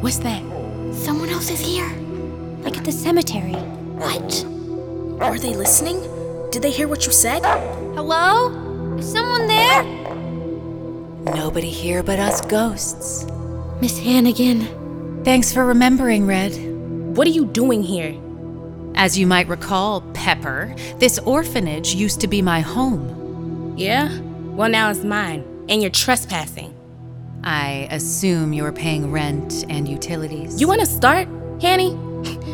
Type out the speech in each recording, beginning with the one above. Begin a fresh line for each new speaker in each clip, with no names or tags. What's that?
Someone else is here.
Like at the cemetery.
What?
Are they listening? Did they hear what you said?
Hello? Is someone there?
Nobody here but us ghosts.
Miss Hannigan.
Thanks for remembering, Red.
What are you doing here?
As you might recall, Pepper, this orphanage used to be my home.
Yeah? Well, now it's mine, and you're trespassing.
I assume you're paying rent and utilities.
You want to start, Hanny?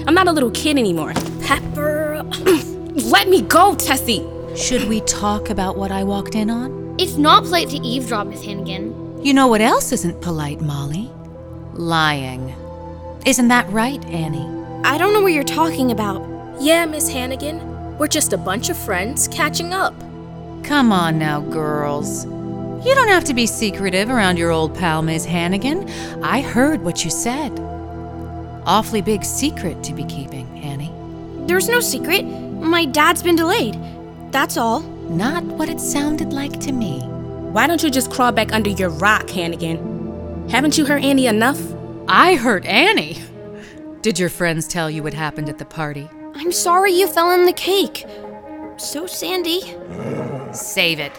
I'm not a little kid anymore. Pepper. Let me go, Tessie.
Should we talk about what I walked in on?
It's not polite to eavesdrop, Miss Hannigan.
You know what else isn't polite, Molly? Lying. Isn't that right, Annie?
I don't know what you're talking about.
Yeah, Miss Hannigan. We're just a bunch of friends catching up.
Come on now, girls. You don't have to be secretive around your old pal, Ms. Hannigan. I heard what you said. Awfully big secret to be keeping, Annie.
There's no secret. My dad's been delayed. That's all.
Not what it sounded like to me.
Why don't you just crawl back under your rock, Hannigan? Haven't you hurt Annie enough?
I hurt Annie. Did your friends tell you what happened at the party?
I'm sorry you fell in the cake. So, Sandy.
Save it.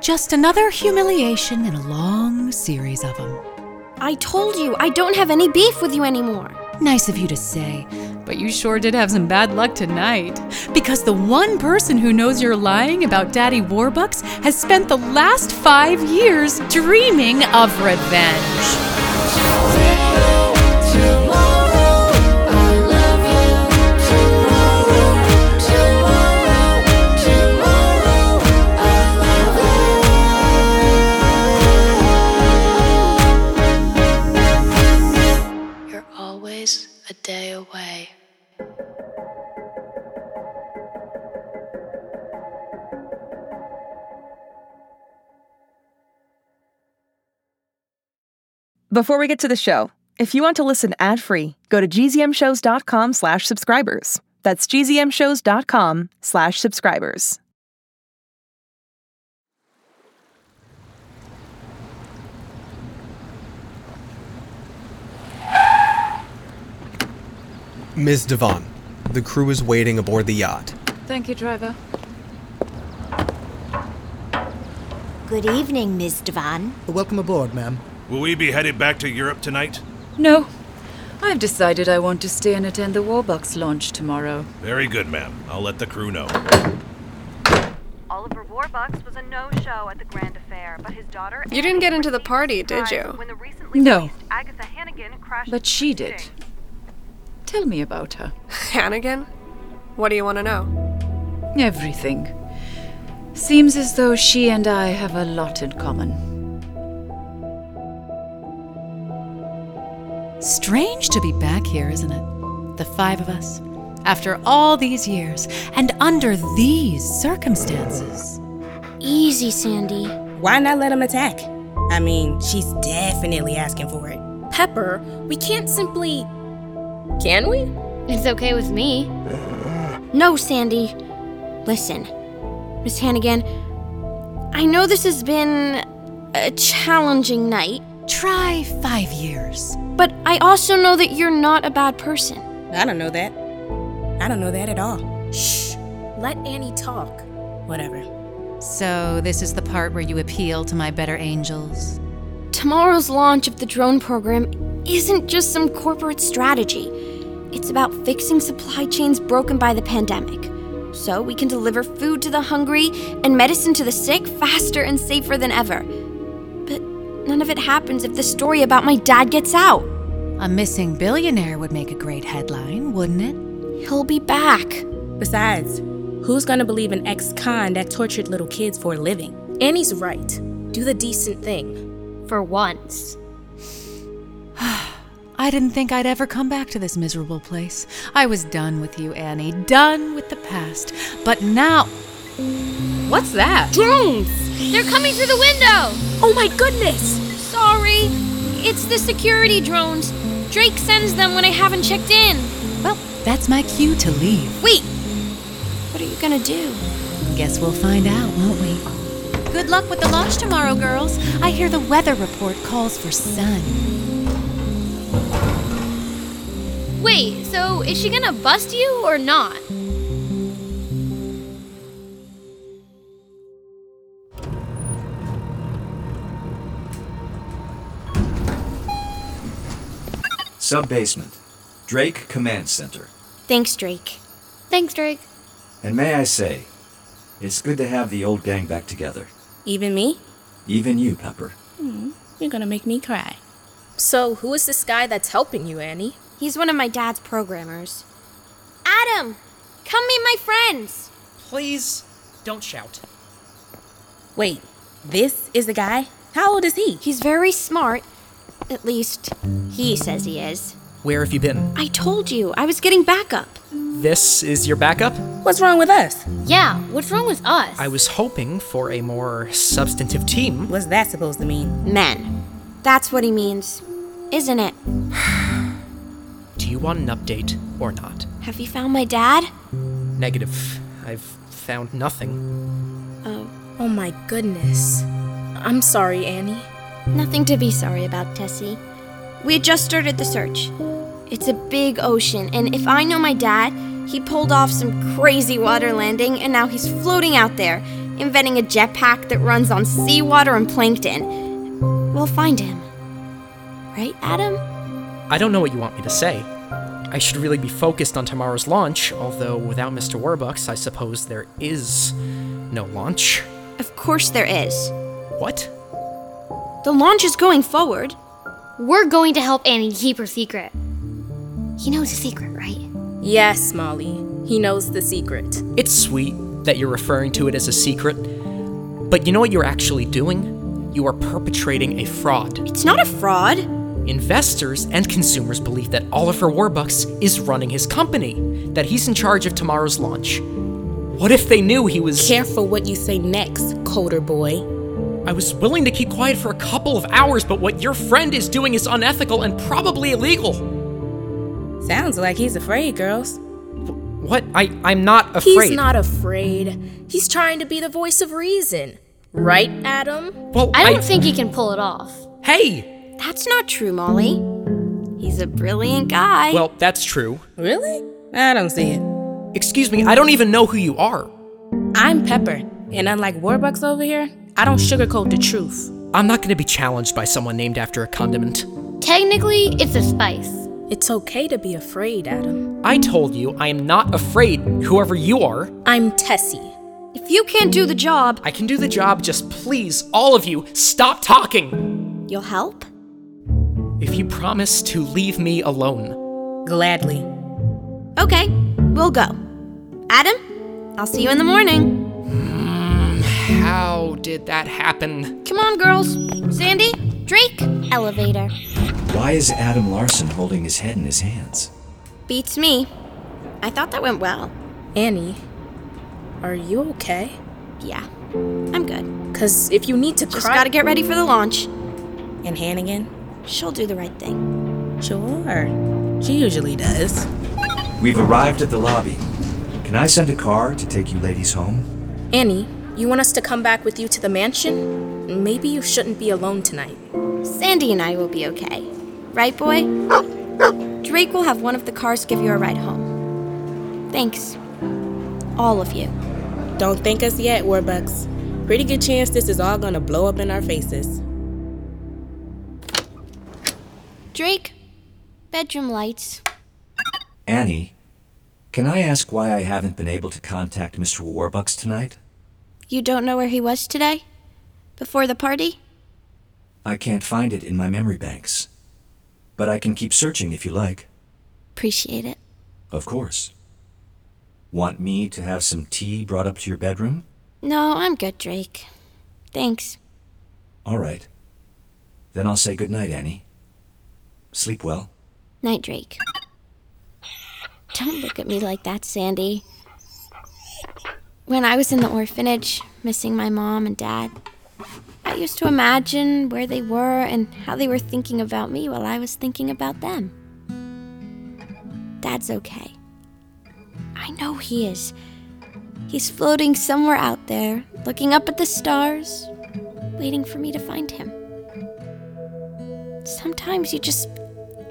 Just another humiliation in a long series of them.
I told you I don't have any beef with you anymore.
Nice of you to say, but you sure did have some bad luck tonight. Because the one person who knows you're lying about Daddy Warbucks has spent the last five years dreaming of revenge.
You're always a day away.
Before we get to the show, if you want to listen ad-free, go to gzmshows.com slash subscribers. That's gzmshows.com slash subscribers.
Ms. Devon, the crew is waiting aboard the yacht.
Thank you, driver.
Good evening, Miss Devon.
Welcome aboard, ma'am.
Will we be headed back to Europe tonight?
No. I've decided I want to stay and attend the Warbucks launch tomorrow.
Very good, ma'am. I'll let the crew know.
Oliver Warbucks was a no-show at the Grand Affair, but his daughter.
You didn't get into the
party,
did you?
When the recently
No.
deceased Agatha Hannigan crashed.
But she did.
shooting.
Tell me about her.
Hannigan? What do you want to know?
Everything. Seems as though she and I have a lot in common.
Strange to be back here, isn't it? The five of us. After all these years, and under these circumstances.
Easy, Sandy.
Why not let him attack? I mean, she's definitely asking for it. Pepper, we can't simply. Can we?
It's okay with me.
No, Sandy. Listen, Miss Hannigan, I know this has been a challenging night,
Try five years.
but I also know that you're not a bad person.
I don't know that. I don't know that at all. Shh. Let Annie talk. Whatever.
So, this is the part where you appeal to my better angels.
Tomorrow's launch of the drone program isn't just some corporate strategy. It's about fixing supply chains broken by the pandemic. So we can deliver food to the hungry and medicine to the sick faster and safer than ever. But none of it happens if the story about my dad gets out.
A missing billionaire would make a great headline, wouldn't it?
He'll be back.
Besides, who's gonna believe an ex con that tortured little kids for a living? Annie's right. Do the decent thing.
For once.
I didn't think I'd ever come back to this miserable place. I was done with you, Annie, done with the past. But now. What's that?
Drones!
They're coming through the window!
Oh my goodness!
Sorry, it's the security drones. Drake sends them when I haven't checked in.
Well, that's my cue to leave.
Wait, what are you gonna do?
Guess we'll find out, won't we? Good luck with the launch tomorrow, girls. I hear the weather report calls for sun.
Wait, so is she gonna bust you or not?
Sub basement. Drake Command Center.
Thanks, Drake.
Thanks, Drake.
And may I say, it's good to have the old gang back together.
Even me?
Even you, Pepper.
Hmm, you're gonna make me cry.
So, who is this guy that's helping you, Annie? He's one of my dad's programmers. Adam! Come meet my friends!
Please don't shout.
Wait, this is the guy? How old is he?
He's very smart. At least, he says he is.
Where have you been?
I told you, I was getting backup.
This is your backup?
What's wrong with us?
Yeah, what's wrong with us?
I was hoping for a more substantive team.
What's that supposed to mean?
Men. That's what he means, isn't it?
Do you want an update or not?
Have you found my dad?
Negative. I've found nothing.
Oh.
Oh my goodness. I'm sorry, Annie.
Nothing to be sorry about, Tessie. We had just started the search. It's a big ocean, and if I know my dad, he pulled off some crazy water landing, and now he's floating out there, inventing a jetpack that runs on seawater and plankton. We'll find him. Right, Adam?
I don't know what you want me to say. I should really be focused on tomorrow's launch, although without Mr. Warbucks, I suppose there is no launch.
Of course there is.
What?
The launch is going forward.
We're going to help Annie keep her secret. He knows a secret, right?
Yes, Molly. He knows the secret.
It's sweet that you're referring to it as a secret, but you know what you're actually doing? You are perpetrating a fraud.
It's not a fraud.
Investors and consumers believe that Oliver Warbucks is running his company, that he's in charge of tomorrow's launch. What if they knew he was.
Careful what you say next, coder boy.
I was willing to keep quiet for a couple of hours, but what your friend is doing is unethical and probably illegal.
Sounds like he's afraid, girls.
What? I, I'm not afraid.
He's not afraid. He's trying to be the voice of reason. Right, Adam?
Well,
I don't think he can pull it off.
Hey!
That's not true, Molly. He's a brilliant guy.
Well, that's true.
Really? I don't see it.
Excuse me, I don't even know who you are.
I'm Pepper, and unlike Warbucks over here, I don't sugarcoat the truth.
I'm not gonna be challenged by someone named after a condiment.
Technically, it's a spice.
It's okay to be afraid, Adam.
I told you I am not afraid, whoever you are.
I'm Tessie.
If you can't do the job,
I can do the job, just please, all of you, stop talking!
You'll help?
If you promise to leave me alone.
Gladly.
Okay, we'll go. Adam, I'll see you in the morning.
Mm, how did that happen?
Come on, girls. Sandy, Drake, elevator.
Why is Adam Larson holding his head in his hands?
Beats me. I thought that went well.
Annie, are you okay?
Yeah, I'm good.
Cause if you need to
Just
cry,
gotta get ready for the launch.
And Hannigan,
she'll do the right thing.
Sure, she usually does.
We've arrived at the lobby. Can I send a car to take you ladies home?
Annie, you want us to come back with you to the mansion? Maybe you shouldn't be alone tonight.
Sandy and I will be okay, right, boy? Drake will have one of the cars give you a ride home. Thanks, all of you.
Don't thank us yet, Warbucks. Pretty good chance this is all gonna blow up in our faces.
Drake, bedroom lights.
Annie, can I ask why I haven't been able to contact Mr. Warbucks tonight?
You don't know where he was today? Before the party?
I can't find it in my memory banks. But I can keep searching if you like.
Appreciate it.
Of course. Want me to have some tea brought up to your bedroom?
No, I'm good, Drake. Thanks.
All right. Then I'll say good night, Annie. Sleep well.
Night, Drake. Don't look at me like that, Sandy. When I was in the orphanage, missing my mom and dad, I used to imagine where they were and how they were thinking about me while I was thinking about them. Dad's okay. I know he is. He's floating somewhere out there, looking up at the stars, waiting for me to find him. Sometimes you just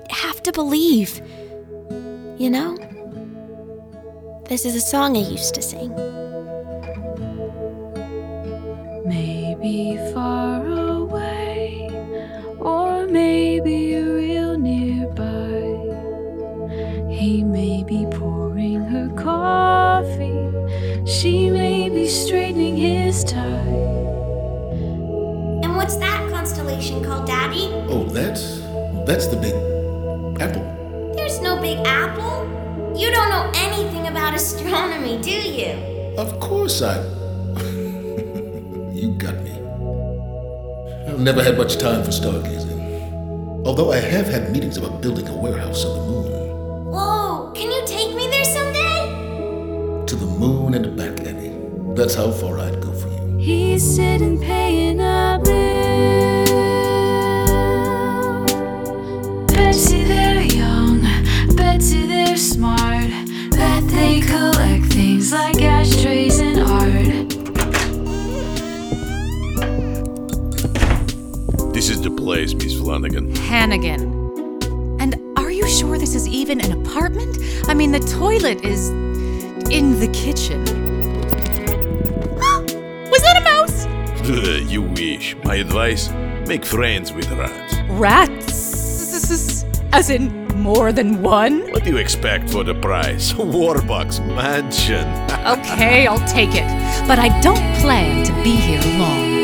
have to believe. You know, this is a song I used to sing.
Maybe far away, or maybe real nearby. He may be pouring her coffee, she may be straightening his tie.
And what's that constellation called, Daddy?
Oh, that's that's the big apple.
There's no big apple. You don't know anything about astronomy, do you?
Of course I. you got me. I've never had much time for stargazing. Although I have had meetings about building a warehouse on the moon.
Whoa, can you take me there someday?
To the moon and back, Annie. That's how far I'd go for you.
He's sitting paying a bill. Betsy, they're young. Betsy, they're smart. Bet they collect things like ashtrays and art.
This is the place, Miss Flanagan.
Hannigan. And are you sure this is even an apartment? I mean, the toilet is in the kitchen. Was that a mouse?
you wish. My advice make friends with rats.
Rats? As in more than one?
What do you expect for the price? Warbucks Mansion.
Okay, I'll take it. But I don't plan to be here long.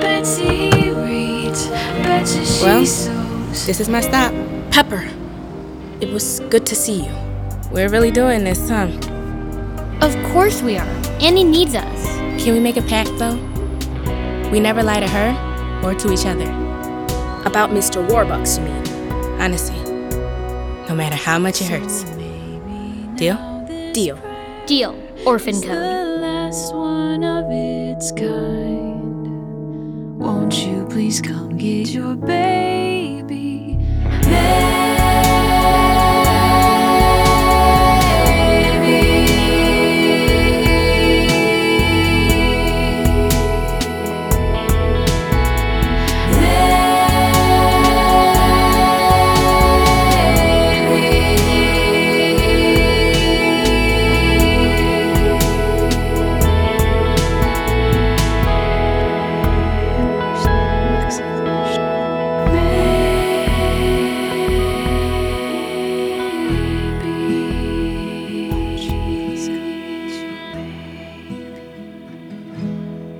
Betsy reads. Betsy, she
Well,
sews.
this is my stop. Pepper, it was good to see you. We're really doing this, huh?
Of course we are. Annie needs us.
Can we make a pact, though? We never lie to her or to each other. About Mr. Warbucks, you mean? Honestly, no matter how much it hurts. Deal? Deal.
Deal. Orphan code.
The last one of its kind. Won't you please come get your baby?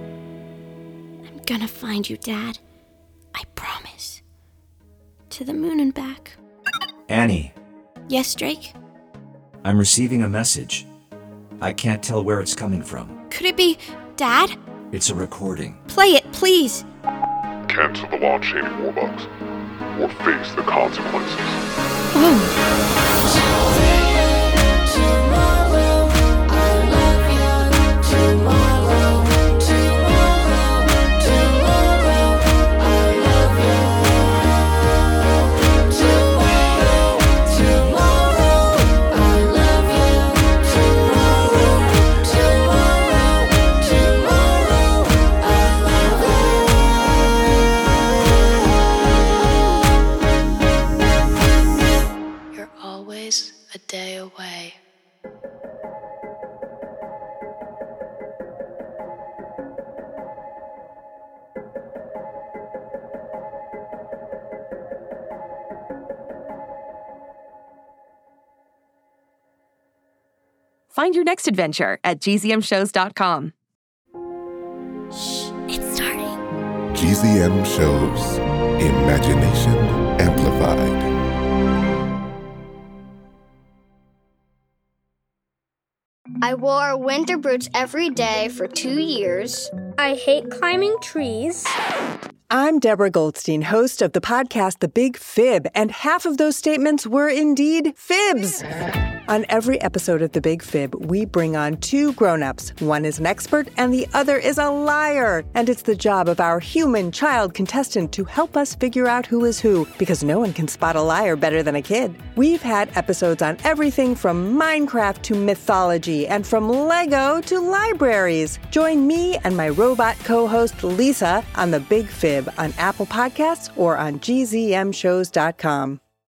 I'm gonna find you, Dad. I promise. To the moon and back.
Annie,
Yes, Drake?
I'm receiving a message. I can't tell where it's coming from.
Could it be Dad?
It's a recording.
Play it, please.
Cancel the launch aid warbucks, or face the consequences.
You're always a day away.
Find your next adventure at gzmshows.com.
GZM shows Imagination Amplified.
I wore winter boots every day for two years. I hate climbing trees.
I'm Deborah Goldstein, host of the podcast The Big Fib, and half of those statements were indeed fibs. On every episode of The Big Fib, we bring on two grown ups. One is an expert and the other is a liar. And it's the job of our human child contestant to help us figure out who is who, because no one can spot a liar better than a kid. We've had episodes on everything from Minecraft to mythology and from Lego to libraries. Join me and my robot co host Lisa on The Big Fib Fib on Apple Podcasts or on gzmshows.com.